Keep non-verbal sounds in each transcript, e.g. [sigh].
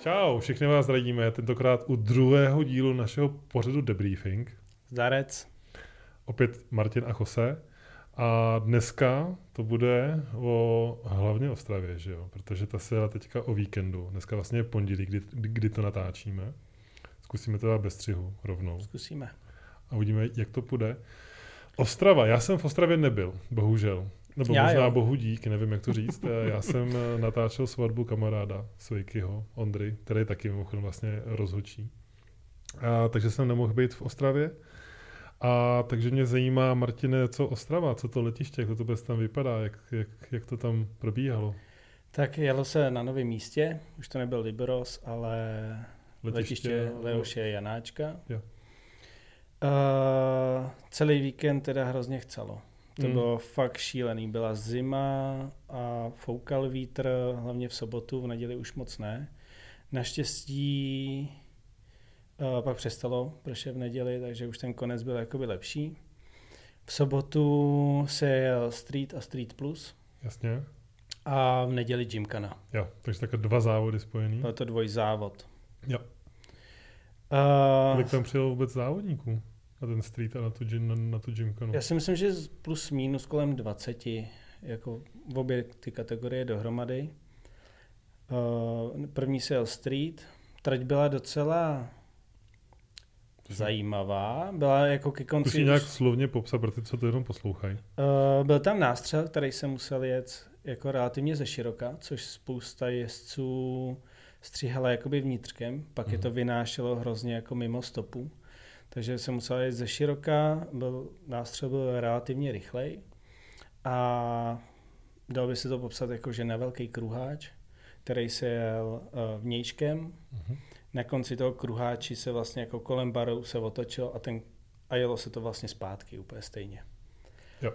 Čau, všechny vás radíme tentokrát u druhého dílu našeho pořadu Debriefing. Zdarec. Opět Martin a Jose. A dneska to bude o hlavně Ostravě, že jo? Protože ta se jela teďka o víkendu. Dneska vlastně je pondělí, kdy, kdy to natáčíme. Zkusíme to dát bez střihu rovnou Zkusíme. a uvidíme, jak to půjde. Ostrava. Já jsem v Ostravě nebyl, bohužel. Nebo Já možná jo. bohu dík, nevím, jak to říct. Eh, Já jsem eh, natáčel svatbu kamaráda Svejkyho, Ondry, který je taky mimochodem vlastně rozhočí. A, takže jsem nemohl být v Ostravě. A takže mě zajímá, Martine, co Ostrava, co to letiště, jak to vůbec tam vypadá, jak, jak, jak to tam probíhalo. Tak jelo se na novém místě, už to nebyl Liberos, ale letiště, letiště Leoše Janáčka. Jo. Uh, celý víkend teda hrozně chcelo. To Mm. mm. bylo fakt šílený. Byla zima a foukal vítr, hlavně v sobotu, v neděli už moc ne. Naštěstí uh, pak přestalo pršet v neděli, takže už ten konec byl jakoby lepší. V sobotu se jel Street a Street Plus Jasně. a v neděli Gymkana. Jo, takže takhle dva závody spojený. Byl to dvojzávod. Hmm. Jo. Uh, Kolik tam přijelo vůbec závodníků? Na ten street a na tu, gym- na, na tu gymkanu. já si myslím, že z- plus minus kolem 20, jako v obě ty kategorie dohromady. Uh, první se jel Street. Trať byla Mhm. docela zajímavá. Byla jako ke Zkus ji konci... nějak už- slovně popsat pro ty, co to jenom poslouchají. Uh, byl tam nástřel, který jsem musel jet jako relativně ze široka, což spousta jezdců stříhala jakoby vnitřkem, pak je to vynášelo hrozně jako mimo stopu. Takže jsem musel jet ze široka, byl, nástřel byl relativně rychlej a dalo by se to popsat jako, že na velký kruháč, který se jel uh, vnějškem. Mhm. Na konci toho kruháči se vlastně jako kolem baru se otočil a, ten, a jelo se to vlastně zpátky úplně stejně. Jo.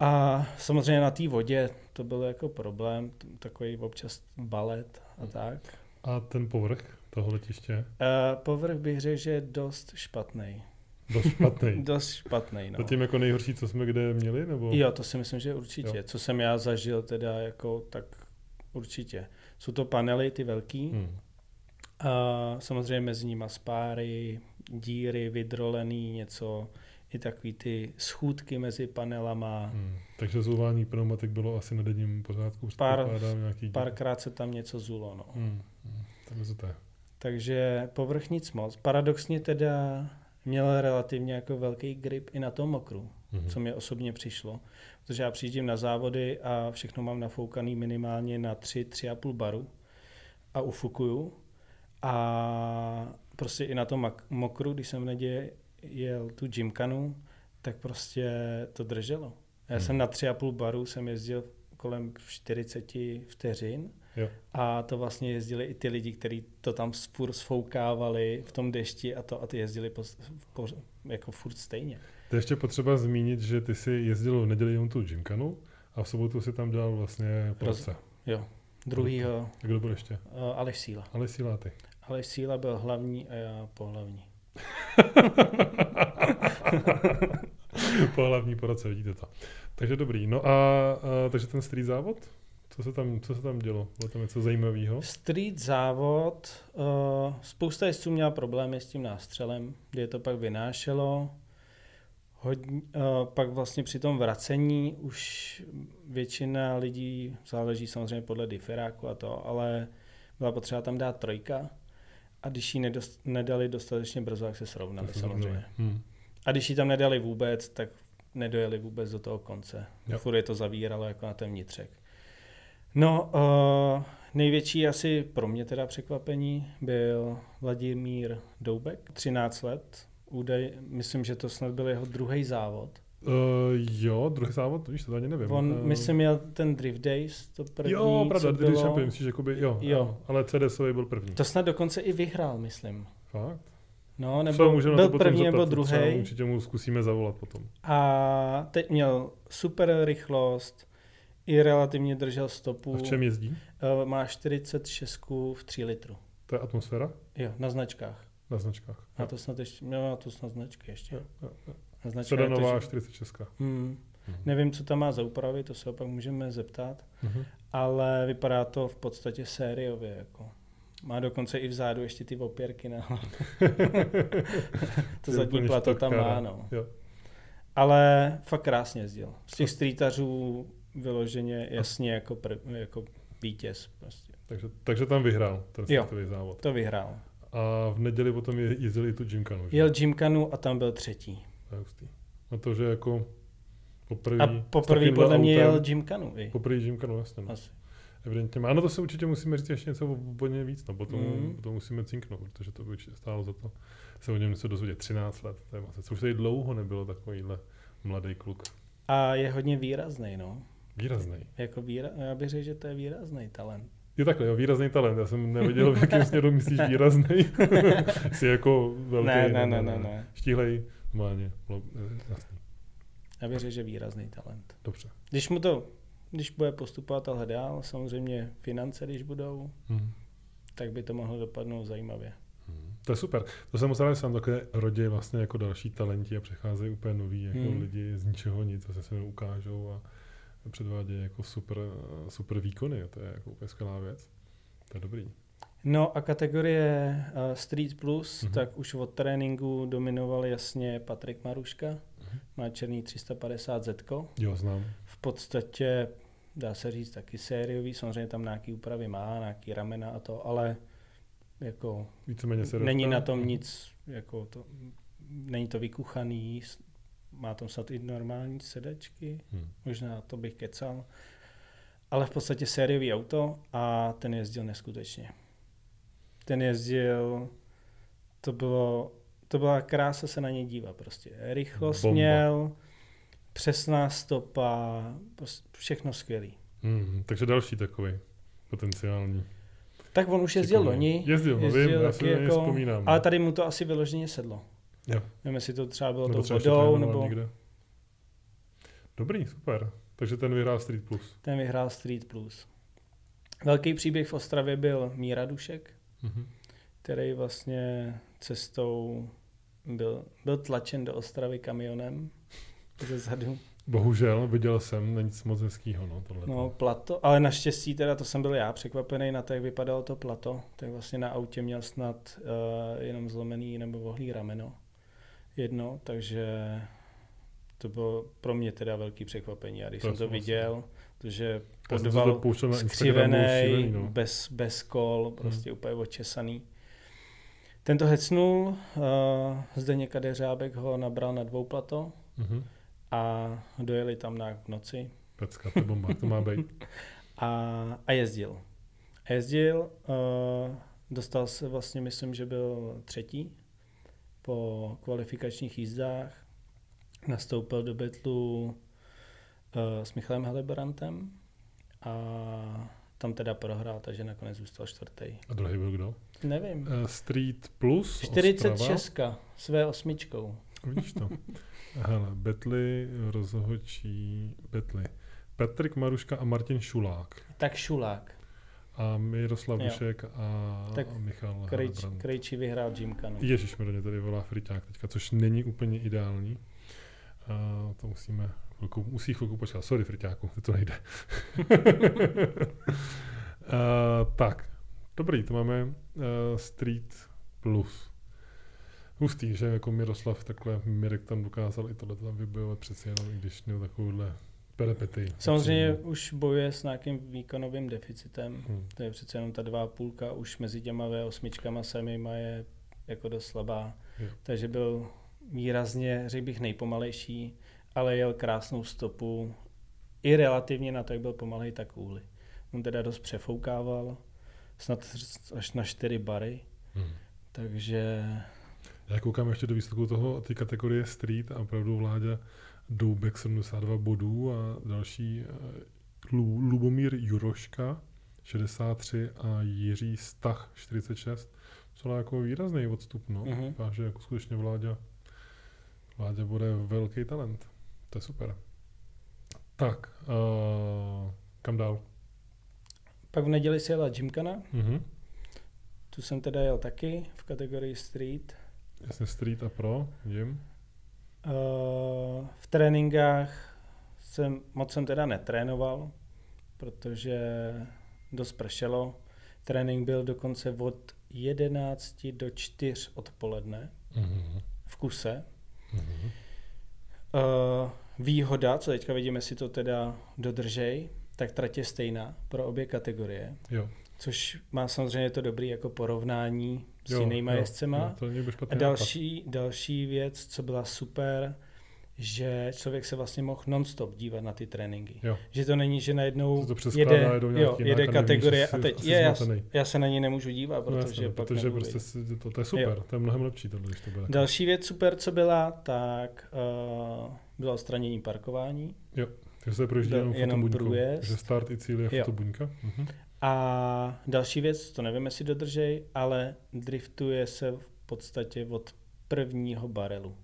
A samozřejmě na té vodě to byl jako problém, t- takový občas balet a tak. A ten povrch toho letiště, E, povrch bych řekl, že je dost špatný. dost [laughs] špatný. Dost špatný, no. Zatím jako nejhorší, co jsme kde měli? Nebo? Jo, to si myslím, že určitě. Jo. Jo. Co jsem já zažil teda jako, tak určitě. Jsou to panely, ty velký. Hmm. Hmm. A samozřejmě mezi nimi spáry, díry, vydrolený něco. I takový ty schůdky mezi panelama. Hmm. Hmm. Takže zouvání pneumatik bylo asi na denním pořádku. Pár- předpokládám, nějaký díl. Párkrát se tam něco zulo, no. Hmm. Hmm. Tak je to je. Takže povrch nic moc. Paradoxně teda měl relativně jako velký grip i na tom mokru, Mhm. co mě osobně přišlo. Protože já přijíždím na závody a všechno mám nafoukaný minimálně na 3, 3,5 baru a ufukuju. A prostě i na tom mak- mokru, když jsem v neděli jel tu gymkanu, tak prostě to drželo. Já Mhm. jsem na 3,5 baru jsem jezdil kolem 40 vteřin Jo. a to vlastně jezdili i ty lidi, kteří to tam s- furt sfoukávali v tom dešti a to a ty jezdili po, po, jako furt stejně. To je ještě potřeba zmínit, že ty si jezdil v neděli jenom tu gymkanu a v sobotu si tam dělal vlastně plavce. Jo. Druhýho A Kdo byl ještě? eh, Aleš Síla. Ale síláty. Aleš Síla byl hlavní a já pohlavní. [laughs] po hlavní poradce, vidíte to. Takže dobrý. No a, a takže ten street závod? Co se tam, co se tam dělo? Bylo tam něco zajímavého? Street závod, eh, spousta jezdců měla problémy s tím nástřelem, kdy je to pak vynášelo. Hodně, eh, pak vlastně při tom vracení už většina lidí, záleží samozřejmě podle diferáku a to, ale byla potřeba tam dát trojka a když ji nedost, nedali dostatečně brzo, tak se srovnali Tak se samozřejmě. zrovnali. Hmm. A když ji tam nedali vůbec, tak nedojeli vůbec do toho konce. Jo. Jo. Furt je to zavíralo jako na ten vnitřek. No, uh, největší asi pro mě teda překvapení byl Vladimír Doubek, 13 let. Údaj, myslím, že to snad byl jeho druhý závod. Uh, jo, druhý závod, víš, to ani nevím. On, Eh, myslím, měl ten Drift Days, to první, jo, pravda, co Diddy bylo. Champion, myslíš, jakoby, jo, Jo. jo. ale CDSový byl první. To snad dokonce i vyhrál, myslím. Fakt? No, Třeba nebo můžeme na byl to potom první zeptat, nebo to třeba druhý. Určitě mu zkusíme zavolat potom. A teď měl super rychlost, i relativně držel stopu. A v čem jezdí? Eh, Má 46 v 3 litru. To je atmosféra Jo, na značkách. na značkách. Má to snad ještě, měla to snad značky ještě. Jo, jo, jo. Na značkách je to, Sedanová že- 46. hmm. Nevím, co tam má za úpravy, to se opak můžeme zeptat. Mhm. ale vypadá to v podstatě sériově. Jako. Má dokonce i vzadu ještě ty opěrky na [laughs] [laughs] hlavu. to Je zadní úplně plato tam štotkara. má, no. Jo. Ale fakt krásně jezdil. Z těch streetařů vyloženě jasně jako, prv, jako vítěz. Prostě. Takže, takže tam vyhrál ten Jo. světový závod. To vyhrál. A v neděli potom je- jezdili i tu Gymkhanu. že? Jel Gymkanu a tam byl třetí. To je hustý. No to, že jako poprvé... A s poprvé takovýmhle podle mě Mm, autem- jel Gymkanu. i. Poprvé Gymkhanu, jasně. No. Asi. Evidentně. má. Ano, to se určitě musíme říct ještě něco o o něm víc, no, potom, Mhm. mm. potom musíme cinknout, protože to by určitě stálo za to se o něm něco dozvědět. 13 let, to je vlastně, co už tady dlouho nebylo takovýhle mladý kluk. A je hodně výrazný, no. Výrazný. Jako výra... Já bych řekl, že to je výrazný talent. Je takhle, jo, výrazný talent. Já jsem nevěděl, v jakém směru [laughs] myslíš výrazný. [laughs] Jsi jako velký. ne, ne, ne, ne, ne. Štíhlej, normálně. lo- eh, Jasný. Já bych řekl, že výrazný talent. Dobře. Když mu to, když bude postupovat a dál, samozřejmě finance, když budou, Mhm. tak by to mohlo dopadnout zajímavě. Mhm. To je super. To jsem moc rád, že se nám takhle rodí vlastně jako další talenti a přecházejí úplně noví jako Hmm. hmm. lidi z ničeho nic a se se jenom ukážou a předvádějí jako super, super výkony. To je jako úplně skvělá věc. To je dobrý. No a kategorie eh, Street Plus, Mhm. tak už od tréninku dominoval jasně Patrik Maruška. Mhm. Má černý 350 zetko. Jo, znám. v podstatě, dá se říct, taky sériový, samozřejmě tam nějaký úpravy má, nějaký ramena a to, ale jako Víceméně se není dostal. na tom nic, jako to, není to vykuchaný, s- má tam snad i normální sedačky, Hmm. možná to bych kecal, ale v podstatě sériový auto a ten jezdil neskutečně. Ten jezdil, to bylo, to byla krása se na něj dívat prostě. Rychlost Bomba. Bomba. měl, přesná stopa, prostě všechno skvělý. Hmm. Takže další takový potenciální. Tak on už jezdil Šikovný. loni, Jezdil, no, jezdil vím, já taky si jako... jako- vzpomínám. ale tady mu to asi vyloženě sedlo. Jo. Nevím, jestli to třeba bylo Nebo tou třeba ještě vodou, trénoval nebo Někde. Dobrý, super. Takže ten vyhrál Street Plus. ten vyhrál Street Plus. Velký příběh v Ostravě byl Míra Dušek, Mhm. který vlastně cestou byl, byl tlačen do Ostravy kamionem ze zadu. Bohužel, viděl jsem, není nic moc hezkýho, no, tohle. No, plato, ale naštěstí teda to jsem byl já překvapený na to, jak vypadalo to plato, tak vlastně na autě měl snad uh, jenom zlomený nebo vohlý rameno jedno, takže to bylo pro mě teda velký překvapení. Já když To jsem to souhlasím. viděl, protože Já jsem se to podval pouštěl na Instagramu, skřivený, šílený, no. bez, bez kol, prostě úplně očesaný. Tento hecnul, uh, Zdeněk Kadeřábek ho nabral na dvou plato Mhm. a dojeli tam na v noci. Pecka, to je bomba, to má být. a, a jezdil. A jezdil, uh, dostal se vlastně, myslím, že byl třetí po kvalifikačních jízdách. Nastoupil do betlu uh, s Michalem Helebrantem a tam teda prohrál, takže nakonec zůstal čtvrtý. A druhý byl kdo? Nevím. Eh, Street Plus, 46. 46 s V8. Vidíš to? Hele, Betly, rozhočí Betly. Patrik Maruška a Martin Šulák. Tak šulák. A Miroslav Jo. Dušek a, Tak a Michal Krejč, Helebrant. Krejčí vyhrál Gymkanu. Ježíš, mi do mě tady volá friťák teďka, což není úplně ideální. A to musíme chvilku, musí chvilku počkat. Sorry, friťáku, to nejde. a, tak, dobrý, to máme uh, Street Plus. Hustý, že jako Miroslav takhle, Mirek tam dokázal i tohle tam vybojovat přeci jenom, i když měl takovouhle perepety. Samozřejmě už bojuje s nějakým výkonovým deficitem. Hmm. To je přece jenom ta dva a půlka, už mezi těma V8 a samýma je jako dost slabá. Jo. Takže byl výrazně, řekl bych, nejpomalejší, ale jel krásnou stopu i relativně na to, jak byl pomalej, tak úly. On teda dost přefoukával, snad až na čtyři bary, Hmm. takže Já koukám ještě do výsledku toho, ty kategorie Street a opravdu vládě Doubek 72 bodů a další eh, Lu, Lubomír Juroška 63 a Jiří Stach 46. Celá jako výrazný odstup, no. Mhm. Vypadá, že jako skutečně vládě, vládě bude velký talent. To je super. Tak, uh, kam dál? pak v neděli si jela Gymkana, Mhm. tu jsem teda jel taky v kategorii Street. Jasně Street a Pro, vidím. Eh, v tréninkách jsem, moc jsem teda netrénoval, protože dost pršelo. Trénink byl dokonce od 11 do 4 odpoledne Mhm. v kuse. Mhm. Uh, výhoda, co teďka vidíme, si to teda dodržej, tak trať je stejná pro obě kategorie, Jo. což má samozřejmě to dobrý jako porovnání s jo, jinýma jo, jezdcema. jo, To není A špatný další, další věc, co byla super, že člověk se vlastně mohl nonstop dívat na ty tréninky. Jo. Že to není, že najednou Se to přeskládá, jede, jedou nějaký jo, jinak jede a nevíš, kategorie jestli- a teď asi je, já, zmatený. já se na ní nemůžu dívat, No, protože jasně, no, pak protože nebudu prostě vědět. si, to, to, je super, to je mnohem lepší tohle, když to bude. Dal... Další věc super, co byla, tak uh, bylo odstranění parkování Že se projíždí Dal- jenom, jenom fotobuňkou, průjezd. Že start i cíl je Jo. fotobuňka. Mhm. a další věc, to nevím, jestli dodržej, ale driftuje se v podstatě od prvního barelu.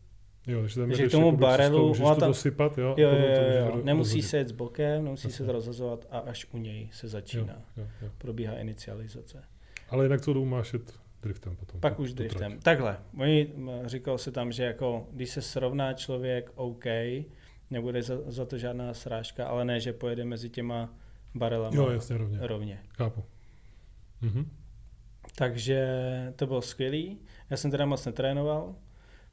Jo, takže tam jako Takže jdeš k tomu jakoby přes barelu, to, můžeš ona to ta- dosypat, jo? a Jo, potom to jo, můžeš jo, jo. ro- Nemusí rozhodit. se jet z bokem, nemusí se Jasně. to rozhazovat a až u něj se začíná. Jo, jo, jo. Probíhá inicializace. Ale jinak celou máš jet driftem potom. Pak tu- už tu trať. driftem. Takhle. Oni, m, říkalo se tam, že jako, když se srovná člověk, OK, nebude za, za to žádná srážka, ale ne, že pojede mezi těma barelama Jo, jasně, rovně. rovně. Chápu. Mhm. Takže to bylo skvělý. Já jsem teda moc netrénoval,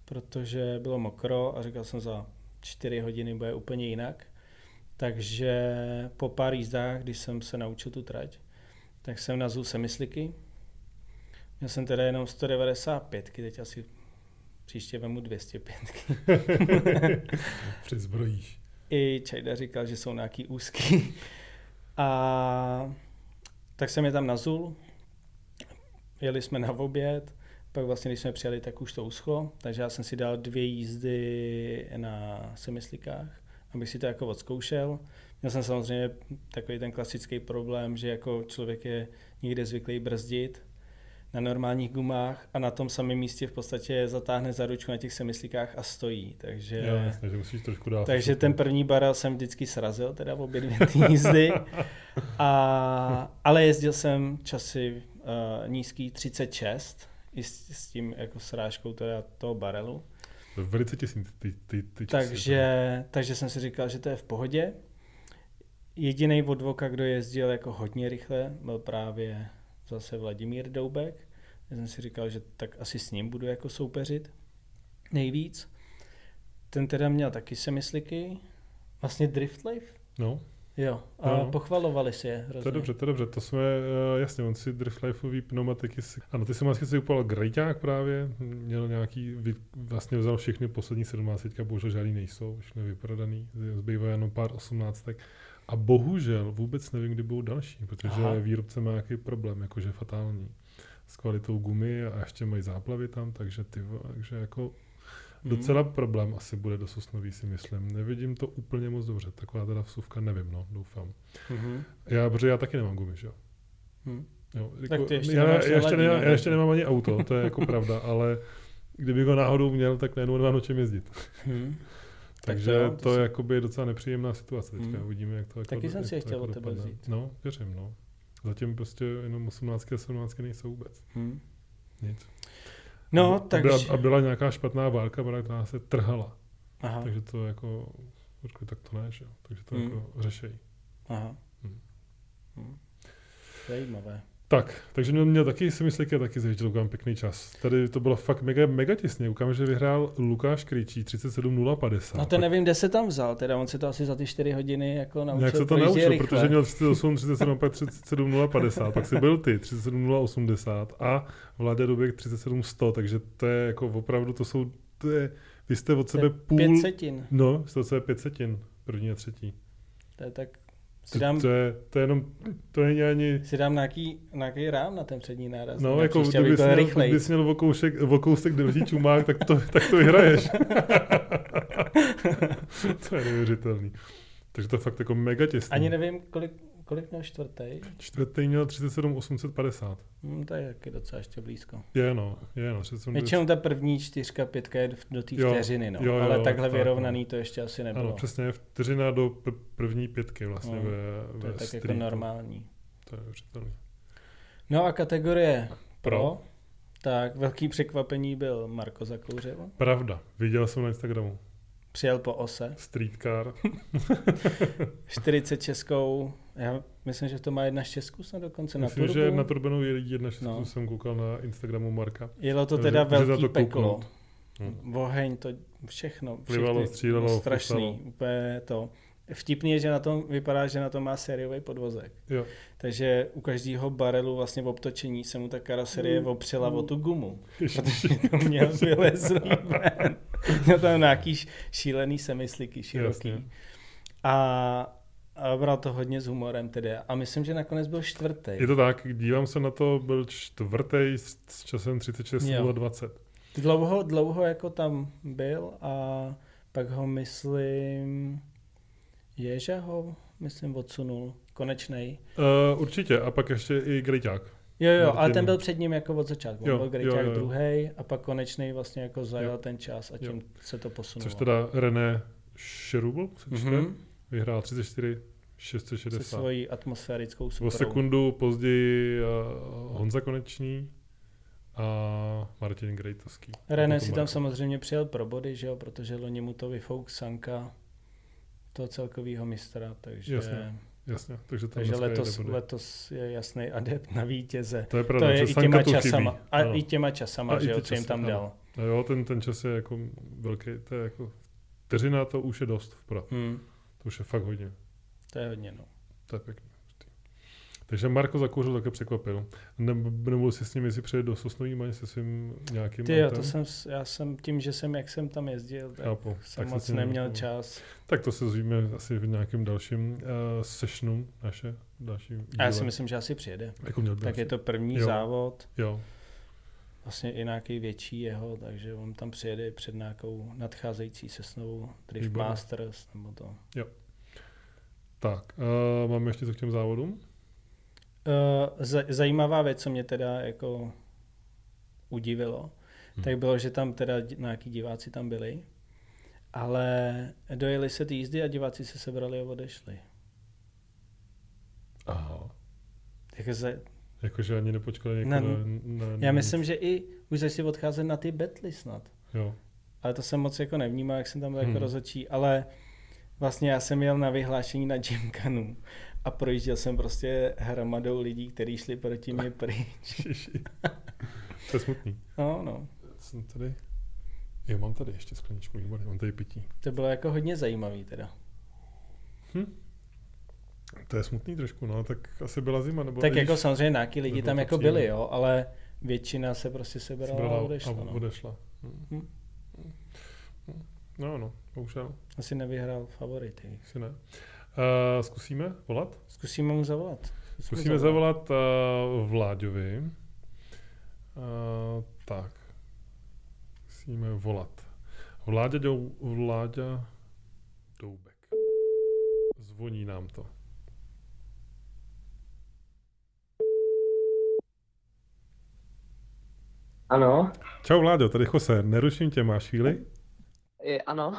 protože bylo mokro a říkal jsem za čtyři hodiny bude úplně jinak. Takže po pár jízdách, když jsem se naučil tu trať, tak jsem nazul semysliky. Měl jsem teda jenom 195, teď asi příště vemu 205. Přizbrojíš. I Čajda říkal, že jsou nějaký úzký. [laughs] A tak jsem je tam nazul, jeli jsme na oběd, pak vlastně, když jsme přijeli, tak už to uschlo, takže já jsem si dal dvě jízdy na semyslikách, abych si to jako odzkoušel. Měl jsem samozřejmě takový ten klasický problém, že jako člověk je někde zvyklý brzdit na normálních gumách a na tom samém místě v podstatě zatáhne za ručku na těch semyslikách a stojí, takže... Jo, jasně, že musíš trošku dát. jako Takže ten první barel jsem vždycky srazil, teda v obě dvě ty jízdy. A, ale jezdil jsem časy uh, nízký 36, i s, s tím jako srážkou teda toho barelu. Velice těsný ty, ty, ty časy. jako. Takže, takže jsem si říkal, že to je v pohodě. Jediný odvoka, kdo jezdil jako hodně rychle, byl právě zase Vladimír Doubek. Já jsem si říkal, že tak asi s ním budu jako soupeřit nejvíc. Ten teda měl taky semysliky, vlastně drift life. No, Jo, a Jo, no. pochvalovali si je hrozně. to je dobře, to je dobře. To jsme, eh, jasně, on si driftlifeový pneumatiky si... Ano, ty jsem vlastně si upal Grejťák právě, měl nějaký, vy, vlastně vzal všechny poslední 17, bohužel žádný nejsou, všechny vyprodaný, zbývá jenom pár osmnáctek. A bohužel vůbec nevím, kdy budou další, protože Aha. Aha. výrobce má nějaký problém, jakože fatální s kvalitou gumy a ještě mají záplavy tam, takže ty, vole, takže jako Hmm. Docela problém asi bude do Sosnoví, si myslím. Nevidím to úplně moc dobře. Taková teda vsuvka nevím, no, doufám. Mm-hmm. Já, protože já taky nemám gumy, že jo. Mm. jo jako Tak ty ještě já, nemáš já, ještě naladí, nemám, no. já ještě nemám ani auto, to je jako pravda, ale kdybych ho náhodou měl, tak najednou nemám o čem jezdit. Hmm. Takže to jo, to, to to si- je jakoby docela nepříjemná situace. Teďka Hmm. uvidíme, jak to jako Taky jsem jak si to je chtěl jako od tebe dopadne. vzít. No, věřím, no. Zatím prostě jenom 18 a 17 nejsou vůbec. Mm. Nic. No, a, by- takže... a, byla, a byla nějaká špatná válka, která se trhala. Aha, Takže to jako, řekli, tak to ne, že jo. Takže to Mm. hmm. jako řešejí. aha. Hm. Hm. Zajímavé. Tak, takže měl, měl taky semysliky a taky zajížděl Lukáš pěkný čas. Tady to bylo fakt mega, mega těsně. Ukám, že vyhrál Lukáš Kryčí 37.050. No to nevím, kde se tam vzal, teda on se to asi za ty 4 hodiny jako naučil. Nějak se to projíždět naučil, rychle. protože měl 38, 37, pak 37.050, pak si byl ty 37.080 a Vláda Duběk 37.100, takže to je jako opravdu, to jsou, to je, vy jste od To je sebe půl, Pět setin, no, jste od sebe pět setin, první a třetí. to je tak... Si To, dám, to, je, to je jenom, to není ani si dám nějaký, nějaký rám na ten přední náraz. No, na jako příště, kdyby aby jsi to je měl, rychlej. kdyby jsi měl o kousek, o kousek delší čumák, tak to, tak to [laughs] vyhraješ. to je neuvěřitelný. Takže to je fakt jako mega těsný. Ani nevím, kolik, kolik měl čtvrtý. Čtvrtý měl 37 850. Hm, to je taky docela ještě blízko. Je no, je no. 37, Většinou ta první čtyřka, pětka je do té Jo, vteřiny, no. jo, jo, ale jo, takhle tak, no. vyrovnaný to ještě asi nebylo. ano, přesně, vteřina do pr- první pětky vlastně No, ve, to ve je tak streetu. jako normální. To je neuvěřitelný. No a kategorie pro, Pro. tak velký překvapení byl Marko Zakouřil. Pravda, viděl jsem na Instagramu. Přijel po ose, Streetcar, 40 českou, já Myslím, že to má jedna z Česku snad dokonce Myslím, na že turbu. na Turbinu je lidí jedna šestku, No. jsem koukal na Instagramu Marka. Jelo to že- teda že za velký to peklo. kouknout. Hm. Oheň, to všechno. Plivalo, všechny- střílelo, Strašný, fusalo. úplně to. Vtipný je, že na tom vypadá, že na tom má sériový podvozek. [laughs] Jo. Takže u každého barelu vlastně v obtočení se mu ta karoserie Mm. opřela o tu gumu. Ježiši. To měl vylezlý ven. Měl tam nějaký š- šílený semisliky široký. Jasně. A, a bral to hodně s humorem teda. A myslím, že nakonec byl čtvrtý. Je to tak, dívám se na to, byl čtvrtý s s časem 36.20. Dlouho, dlouho jako tam byl a pak ho myslím, Ježa ho myslím odsunul, konečnej. Uh, určitě, a pak ještě i Griťák. Jo, jo, Martin. ale ten byl před ním jako od začátku. Jo, Jo, byl Grejťák jo, jo. druhý a pak konečnej vlastně jako zajel Jo. jo. ten čas a tím jo. se to posunulo. Což teda René Šerubl se čte, Mhm. vyhrál 34 se 660. svojí atmosférickou O superou. sekundu později eh, Honza Koneční a Martin Grejtovský. René A si potom tam Marko. samozřejmě přijel pro body, že jo, protože loni mu to vyfouk Sanka, toho celkového mistra, takže, Jasně, Jasně, takže tam takže dneska letos, jede body. letos je jasný adept na vítěze. To je to pravda, je že i Sanka těma tu chybí. časama, a Ano. i těma časama, A i že jo, ty co jim časy, tam ano. dal. No jo, ten, ten čas je jako velký, to je jako vteřina, to už je dost vpra. Hmm, To už je fakt hodně, to je hodně, no. to je pěkný. hustý. Takže Marko Zakuřil také překvapil. Ne, nebudu si s ním, jestli přijede do Sosnoví Maně se svým nějakým Ty jo, autem. to jsem, s- já jsem tím, že jsem, jak jsem tam jezdil, tak Chápu. jsem Tak se jako moc s ním neměl nedomluvil. čas. Tak to se zvíme asi v nějakém dalším uh, sessionu naše. Další A já díle. si myslím, že asi přijede. jako měl Tak je to první Jo. závod, Jo, vlastně i nějaký větší jeho, takže on tam přijede před nějakou nadcházející sesnovou Drift Výborně. Masters, nebo to. tak. Uh, máme ještě co k těm závodům? Eh, zaj- zajímavá věc, co mě teda jako udivilo, Hmm. hmm. tak bylo, že tam teda di- nějaký diváci tam byli, ale dojeli se ty jízdy a diváci se sebrali a odešli. Aha. Takže za- Jakože ani nepočkali Ne, někoho na, na, na, já myslím, že i už začali odcházet na ty betly snad. Jo. [laughs] Ale to jsem moc jako nevnímal, jak jsem tam byl jako Hmm. hmm. rozhodčí, ale vlastně já jsem jel na vyhlášení na Gymkanu a projížděl jsem prostě hromadou lidí, kteří šli proti mě [laughs] pryč. Ježiši. to je smutný. No, no. Jsem tady. Jo, mám tady ještě skleničku výborně, mám tady pití. To bylo jako hodně zajímavý teda. To je smutný trošku, no, tak asi byla zima, nebo Tak i jako když samozřejmě nějaký lidi nebylo tam to jako příjemné. byli, jo, ale většina se prostě sebrala sebrala a odešla. a No. odešla. Hm. Hm. Hm. No, no, bohužel, Asi nevyhrál favority. asi ne. Uh, zkusíme volat? Zkusíme mu zavolat. Zkusme Zkusíme zavolat uh, Vláďovi. Uh, tak. Musíme volat. Vláďa, Dou, Vláďa Doubek. Zvoní nám to. Ano, Čau Vláďo, tady Jose, neruším tě, máš chvíli? je, ano,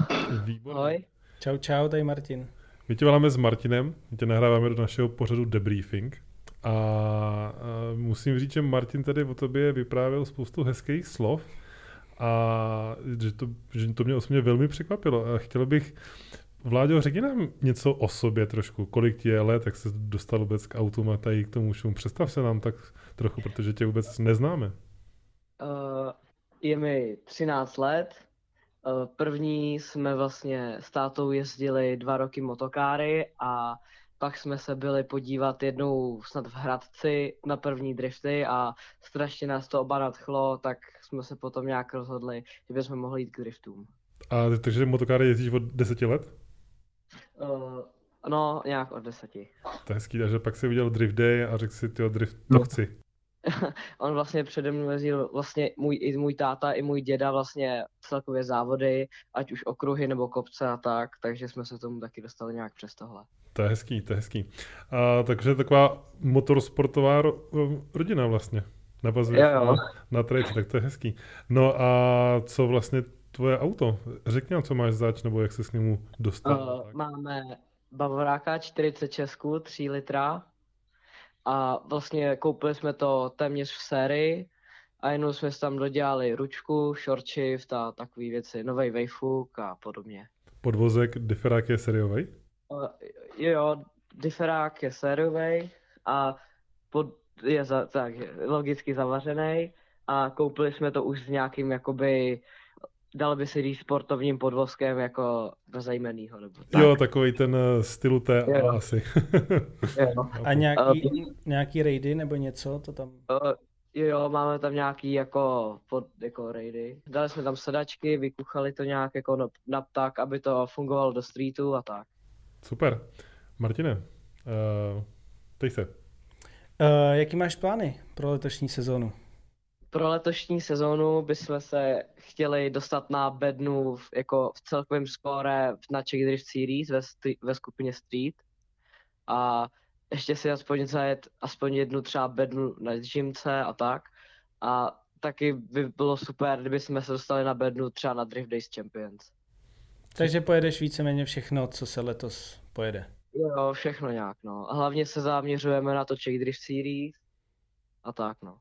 Výborně. ahoj. Čau, čau, tady Martin. My tě voláme s Martinem, my tě nahráváme do našeho pořadu Debriefing. A, a musím říct, že Martin tady o tobě vyprávěl spoustu hezkých slov a že to, že to mě osobně velmi překvapilo. A chtěl bych, Vláďo, řekni nám něco o sobě trošku. Kolik ti je let, jak se dostal vůbec k autům a tady k tomu všemu. Představ se nám tak trochu, protože tě vůbec neznáme. Uh, je mi 13 let. Uh, první jsme vlastně s tátou jezdili dva roky motokáry a pak jsme se byli podívat jednou snad v Hradci na první drifty a strašně nás to oba nadchlo, tak jsme se potom nějak rozhodli, že bychom mohli jít k driftům. A takže motokáry jezdíš od deseti let? Uh, no, nějak od deseti. To je hezký, takže pak jsi viděl Drift Day a řekl si, ty drift, to No. chci. On vlastně přede mnou jezdil vlastně můj, i můj táta, i můj děda vlastně celkově závody, ať už okruhy nebo kopce a tak, takže jsme se tomu taky dostali nějak přes tohle. To je hezký, to je hezký. A, takže taková motorsportová ro- ro- rodina vlastně. Navazuje Jo, jo. na, na trade, tak to je hezký. No a co vlastně tvoje auto? Řekni nám, co máš zač, nebo jak se s němu dostal. Uh, tak. máme Bavoráka 46, 3 litra a vlastně koupili jsme to téměř v sérii a jenom jsme si tam dodělali ručku, short shift a takové věci, nový wavefuk a podobně. Podvozek, diferák je seriový? Uh, Eh, jo, diferák je sériový a pod, je za, tak, logicky zavařený a koupili jsme to už s nějakým jakoby dal by si říct sportovním podvozkem jako bezejmenýho. Nebo tak. Jo, takový ten uh, stylu té jo. asi. [laughs] jo. A nějaký, uh, nějaký raidy nebo něco to tam? Uh, jo, máme tam nějaký jako, pod, jako raidy. Dali jsme tam sedačky, vykuchali to nějak jako na, na tak, aby to fungovalo do streetu a tak. Super. Martine, uh, teď se. Uh, jaký máš plány pro letošní sezonu? pro letošní sezónu bychom se chtěli dostat na bednu v, jako v celkovém skóre na Czech Drift Series ve, stri- ve skupině Street. A ještě si aspoň zajet aspoň jednu třeba bednu na Jimce a tak. A taky by bylo super, kdyby jsme se dostali na bednu třeba na Drift Days Champions. Takže pojedeš víceméně všechno, co se letos pojede. Jo, všechno nějak, no. A hlavně se zaměřujeme na to Czech Drift Series a tak, no.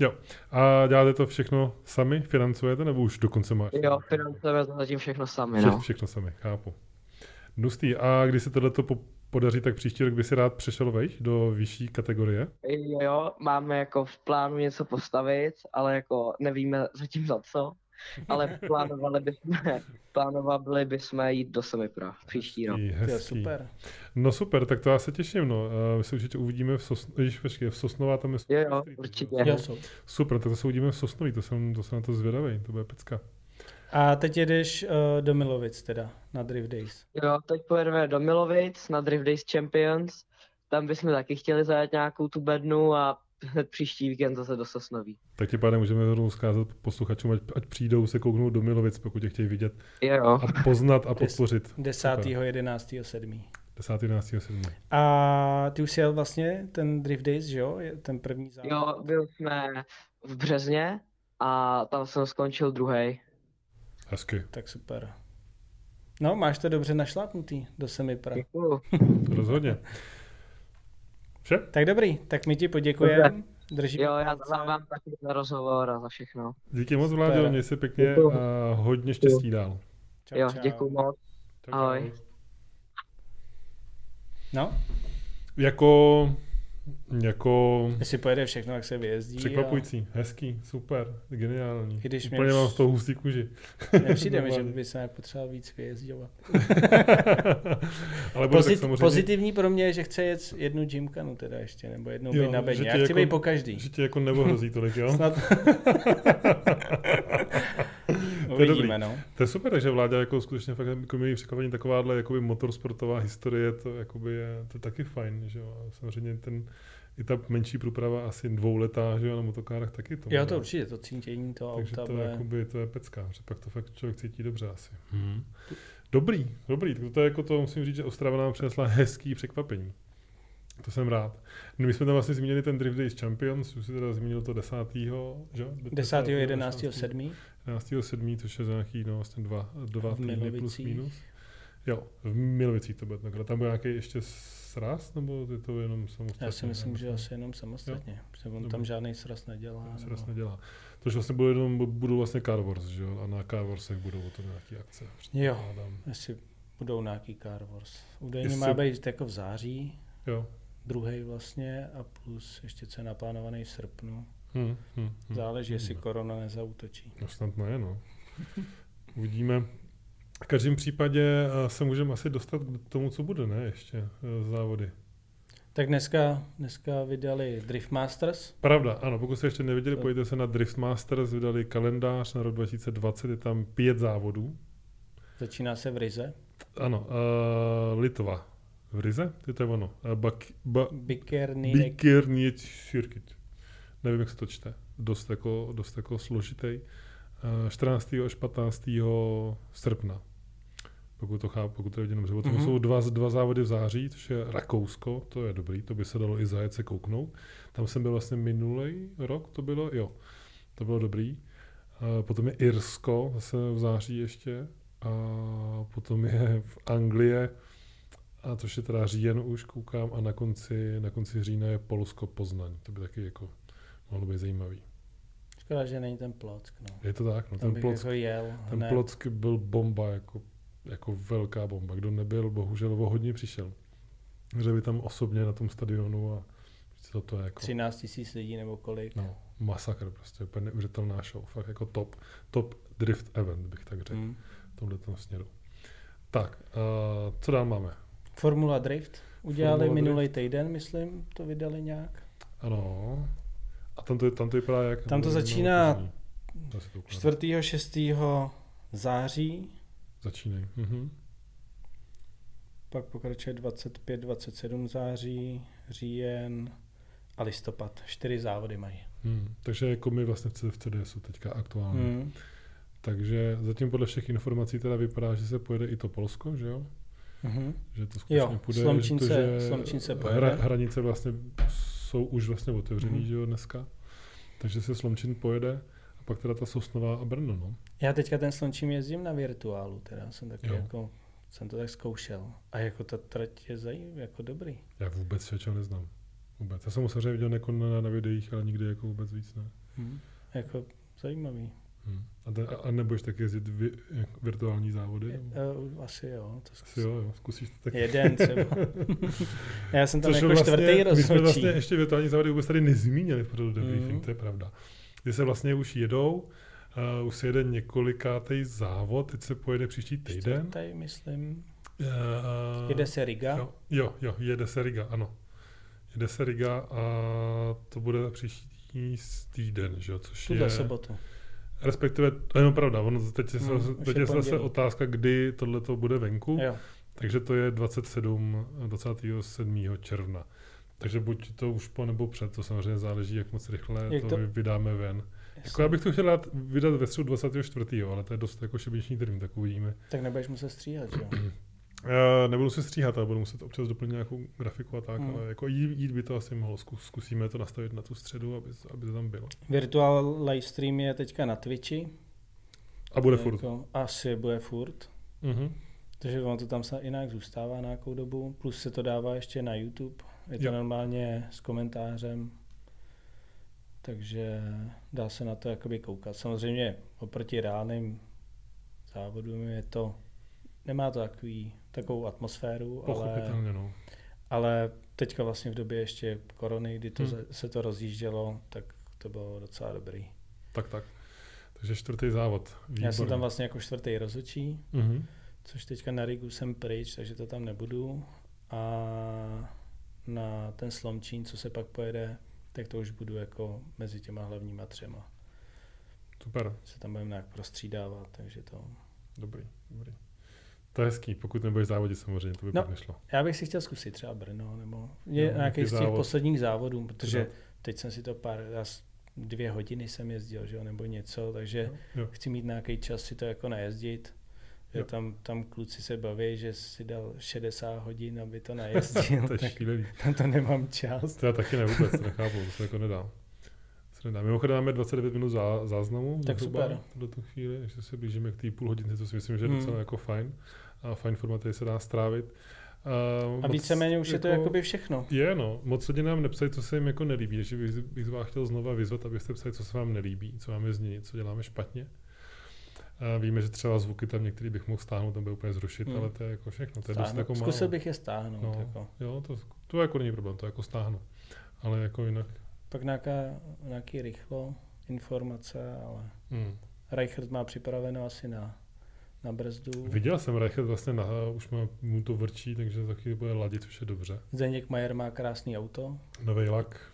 Jo. A děláte to všechno sami? Financujete nebo už dokonce máš? Jo, financujeme to zatím všechno sami. No. Všechno sami, chápu. Nustý, a když se tohle podaří, tak příští rok by si rád přešel vejš do vyšší kategorie? Jo, máme jako v plánu něco postavit, ale jako nevíme zatím za co. [laughs] Ale plánovali bychom, plánovali bychom jít do Semipra příští rok. Hezký, To je hezký. super. No super, tak to já se těším. No. Eh, My se určitě uvidíme v, Sosn... Ježiš, počkej, v Sosnová, tam je Jo, Sosnová jo, Street, určitě. jo. Jo, jsou. Super, tak to se uvidíme v Sosnoví, to jsem, to jsem na to zvědavý, to bude pecka. A teď jedeš uh, do Milovic teda na Drift Days. Jo, teď pojedeme do Milovic na Drift Days Champions. Tam bychom taky chtěli zajet nějakou tu bednu a hned příští víkend zase do Sosnoví. Tak ti pádem můžeme rovnou zkázat posluchačům, ať, ať přijdou se kouknout do Milovic, pokud tě chtějí vidět Jo, a poznat a podpořit. 10. 11. 7. 10. 11. 7. A ty už si jel vlastně ten Drift Days, že jo? Je Ten první závod. jo, byl jsme v Březně a tam jsem skončil druhý. Hezky, Tak super. No, máš to dobře našlápnutý do Semipra. Děkuju. rozhodně. Vše? Tak dobrý, tak my ti poděkujeme. Držíme Jo, já palce. za vám taky za rozhovor a za všechno. Díky moc, Super. Vláďo, měj se pěkně Děkuju. a hodně štěstí dál. Čau, Jo, čau. děkuju moc. Čau, Ahoj. čau. No, Jako, jako jestli pojede všechno, jak se vyjezdí. a překvapující, hezký, super, geniální. I když mě Úplně už- mám z toho hustý [laughs] kůži. Nepřijde mi, že Normálně. by se nepotřeboval víc vyjezdovat. Ale bude tak Pozit, samozřejmě, pozitivní pro mě je, že chce jet jednu gymkanu teda ještě, nebo jednou Jo, být na že bedně. ti Já chci jako- být po každý. že ti jako neohrozí tolik, jo? [laughs] Snad [laughs] dobrý. uvidíme, no. To je super, takže vláda jako skutečně fakt jako milý překvapení, takováhle jakoby motorsportová historie, to, jakoby je, to je taky fajn, že jo. A samozřejmě ten, i ta menší průprava asi dvouletá, že jo, na motokárách taky to. Jo, bude. to určitě, to cítění toho Takže auta to, bude. jakoby, to je pecká, že pak to fakt člověk cítí dobře asi. Mhm. Hmm. Dobrý, dobrý, tak to je jako to, musím říct, že Ostrava nám přinesla hezký překvapení. To jsem rád. No, my jsme tam vlastně zmínili ten Drift Days Champions, už si teda zmínil to 10. že? jo? 10. vlastně- 11. 7. 11.7., což je za nějaký no, vlastně dva, dva V týdny plus Milovicích. minus. Jo, v Milovicích to bude. takhle. Tam bude nějaký ještě sraz, nebo je to jenom samostatně? Já si myslím, že Já asi jenom samostatně, že on Dobrý. tam žádný sraz nedělá. no. se nebo- sraz nedělá. Což vlastně bude jenom, budou vlastně Car Wars, že jo? A na Car Warsech budou o tom nějaký akce. Prostě Jo. předpokládám. Jestli budou nějaký Car Wars. Údajně Jestli- má být jako v září, Jo. druhý vlastně, a plus ještě co je naplánovaný v srpnu. Hm, hm, hm. Záleží, jestli korona nezautočí. No snad ne, no. [laughs] Uvidíme. V každém případě eh, se můžeme asi dostat k tomu, co bude, ne? Ještě eh, závody. Tak dneska, dneska vydali Drift Masters. Pravda, ano, pokud jste ještě neviděli, To- pojďte se na Driftmasters, vydali kalendář na rok 2020, je tam pět závodů. Začíná se v Rize. Ano, uh, Litva v Rize, je to je ono. Uh, bak, ba, Bikerny. Bikirniet Circuit. Nevím, jak se to čte. Dost jako, dost jako složitý. Eh, 14. až 15. srpna. Pokud to chápu, pokud to vidím dobře. Potom Mhm. mm-hmm. jsou dva, dva závody v září, což je Rakousko, to je dobrý, to by se dalo i zajet se kouknout. Tam jsem byl vlastně minulý rok, to bylo, jo, to bylo dobrý. Eh, Potom je Irsko, zase v září ještě. A potom je v Anglie, a což je teda říjen už, koukám, a na konci, na konci října je Polsko-Poznaň. To by taky jako mohlo být zajímavý. Škoda, že není ten Plock. No. Je to tak, no, Tam ten bych Plock jako jel. ten hned. Plock byl bomba, jako, jako velká bomba. Kdo nebyl, bohužel o hodně přišel. Hřebi tam osobně na tom stadionu a co to je jako... 13 tisíc lidí nebo kolik. No, masakr prostě, úplně neuvěřitelná show. Fakt jako top, top drift event, bych tak řekl, Hmm. v tomhle tom směru. Tak, uh, co dál máme? Formula Drift udělali Formula minulý týden, myslím, to vydali nějak. Ano. A tam to, je- tam to vypadá jak... Tam to no, začíná no, to zní. Já si to ukážu. 4. 6. září, Začínej. Mhm. pak pokračuje 25, 27 září, říjen a listopad. Čtyři závody mají. Hmm. Takže jako my vlastně v C- v CDSu teďka aktuálně. Hmm. Hmm. Takže zatím podle všech informací teda vypadá, že se pojede i to Polsko, že jo? Mhm. Že to skutečně Jo, půjde, Slomčince- že to, že Slomčince hra- pojede. hranice vlastně jsou už vlastně otevřený, Mhm. že jo, dneska. Takže se Slomčin pojede a pak teda ta Sosnová a Brno, no. Já teďka ten slunčím jezdím na virtuálu, teda jsem taky Jo. jako, jsem to tak zkoušel. A jako ta trať je zajímavá, jako dobrý. Já vůbec Šečel neznám. Vůbec. Já jsem ho samozřejmě viděl jako na, na videích, ale nikdy jako vůbec víc ne. Hmm. Jako zajímavý. Hmm. A, ten, a, a nebudeš taky jezdit vi, jak virtuální závody? Je, nebo? eh, asi jo, to Asi jo, jo, zkusíš to taky. [laughs] Jeden třeba. Já jsem tam Což vlastně- jako my čtvrtý jsme rozhodčí. vlastně ještě virtuální závody vůbec tady nezmínili v pořadu debriefing, Mhm. to je pravda. Kdy se vlastně už jedou, uh, už se jede několikátej závod, teď se pojede příští týden. Čtvrtý, myslím. Uh, Jede se Riga. Jo, jo, jo, jede se Riga, ano. Jede se Riga a to bude příští s- týden, že jo, což Tuhle je... sobotu. Respektive, to je jenom pravda, ono z- teď je, Mm, se, už teď je je zase pondělí. otázka, kdy tohle to bude venku. Jo. Takže to je 27, 27. června. Takže buď to už po nebo před, to samozřejmě záleží, jak moc rychle Jak jak to, to- vy- vydáme ven. Jako Jasně. já bych to chtěl dát, vydat ve středu 24., ale to je dost jako šiběční termín, tak uvidíme. Tak nebudeš muset stříhat, že jo? Uh, nebudu si stříhat, ale budu muset občas doplnit nějakou grafiku a tak, Mm. hmm. ale jako jít, jít by to asi mohlo. Zkus, zkusíme to nastavit na tu středu, aby, aby to tam bylo. Virtual livestream je teďka na Twitchi. A bude furt. Jako, asi bude furt. Mhm. Takže ono to tam snad jinak zůstává na nějakou dobu. Plus se to dává ještě na YouTube. Je to Jo. jo. normálně s komentářem. Takže dá se na to jakoby koukat. Samozřejmě oproti reálným závodům je to, nemá to takový, takovou atmosféru, ale Pochopitelně, no. Ale teďka vlastně v době ještě korony, kdy to Hmm. hmm. se to rozjíždělo, tak to bylo docela dobrý. Výborný. Tak, tak. Takže čtvrtý závod. Výborný. Já jsem tam vlastně jako čtvrtý rozhodčí, Mhm. což teďka na Rigu jsem pryč, takže to tam nebudu. A na ten slomčín, co se pak pojede, tak to už budu jako mezi těma hlavníma třema. Super. Se tam budeme nějak prostřídávat, takže to... Dobrý, dobrý. To je hezký, pokud nebudeš závodit samozřejmě, to by No, pak nešlo. Já bych si chtěl zkusit třeba Brno nebo Jo, jo, nějaký nějaký z těch závod. posledních závodů, protože Třeba- teď jsem si to pár, raz dvě hodiny jsem jezdil, že jo, nebo něco, takže [laughs] jo. chci mít nějaký čas si to jako najezdit. Že Jo. tam, tam kluci se baví, že si dal 60 hodin, [laughs] aby to najezdil, to je tak šílený. na to nemám čas. To já taky ne vůbec, to nechápu, to se jako nedá. To Se nedá. Mimochodem máme 29 minut zá, záznamu. Tak super. Do tu chvíli, takže se blížíme k té půl hodiny, to si myslím, že je Hmm. docela jako fajn. A fajn format, který se dá strávit. Uh, A víceméně už je jako to jako jakoby všechno. Je, no. Moc lidi nám nepsali, co se jim jako nelíbí, takže bych, bych vás chtěl znova vyzvat, abyste psali, co se vám nelíbí, co máme změnit, co děláme špatně. A víme, že třeba zvuky tam některý bych mohl stáhnout, tam bude úplně zrušit, Hmm. hmm. ale to je jako všechno. To je dost Stáhnu. jako málo. Zkusil bych je stáhnout. No. No. Jako. Jo, to, to jako není problém, to jako stáhnu. Ale jako jinak. Pak nějaká, nějaký rychlo informace, ale Hmm. Reichert má připraveno asi na, na brzdu. Viděl jsem Reichet vlastně na, už má, mu to vrčí, takže za chvíli bude ladit, což je dobře. Zdeněk Majer má krásný auto, Nový lak.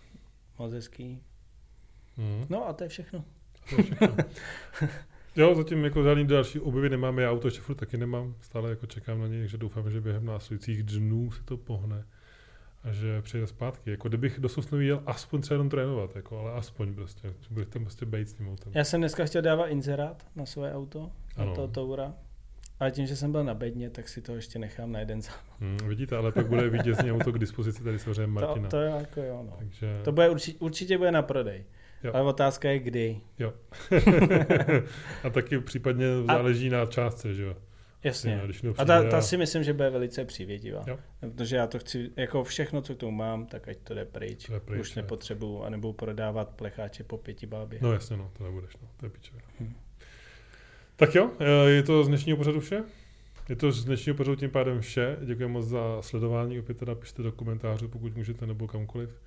moc hezký. Hmm. No a to je všechno. To je všechno. [laughs] Jo, zatím jako žádný další objevy nemáme, já auto ještě furt taky nemám, stále jako čekám na něj, takže doufám, že během následujících dnů se to pohne a že přijde zpátky. Jako kdybych do Sosnoví jel aspoň třeba jenom trénovat, jako, ale aspoň prostě, budeš tam prostě bejt s tím autem. Já jsem dneska chtěl dávat inzerát na svoje auto, na Ano. toho Toura. Ale tím, že jsem byl na bedně, tak si to ještě nechám na jeden závod. Hmm, vidíte, ale pak bude vítězní auto k dispozici tady samozřejmě Martina. To, to je jako jo, no. Takže... To bude určitě, určitě bude na prodej. Jo. Jo. Ale otázka je kdy. [laughs] a taky případně záleží na částce, že jo? Jasně. Když někdo A přijde ta, ta si myslím, že bude velice přívětivá. Jo. Protože já to chci, jako všechno, co k tomu mám, tak ať to jde pryč. To jde pryč, Už jo. nepotřebuju a nebudu prodávat plecháče po pěti bábě. No jasně, no, to nebudeš, no, to je pičovina. Hm. eh, Tak jo, e, je to z dnešního pořadu vše? Je to z dnešního pořadu tím pádem vše. Děkuji moc za sledování. Opět teda pište do komentářů, pokud můžete, nebo kamkoliv,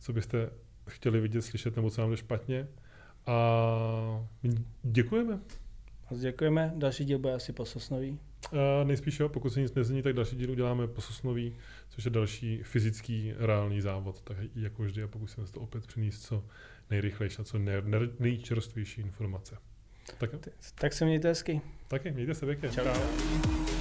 co byste chtěli vidět, slyšet, nebo co vám jde špatně. A děkujeme. Moc děkujeme. Další díl bude asi pososnový. A nejspíš jo, pokud se nic nezmění, tak další díl uděláme pososnový, což je další fyzický reálný závod. Tak jako vždy a pokusíme se to opět přinést co nejrychlejší a co nej, nej, nejčerstvější informace. Tak, tak se mějte hezky. Taky, mějte se pěkně. Čau. Čau.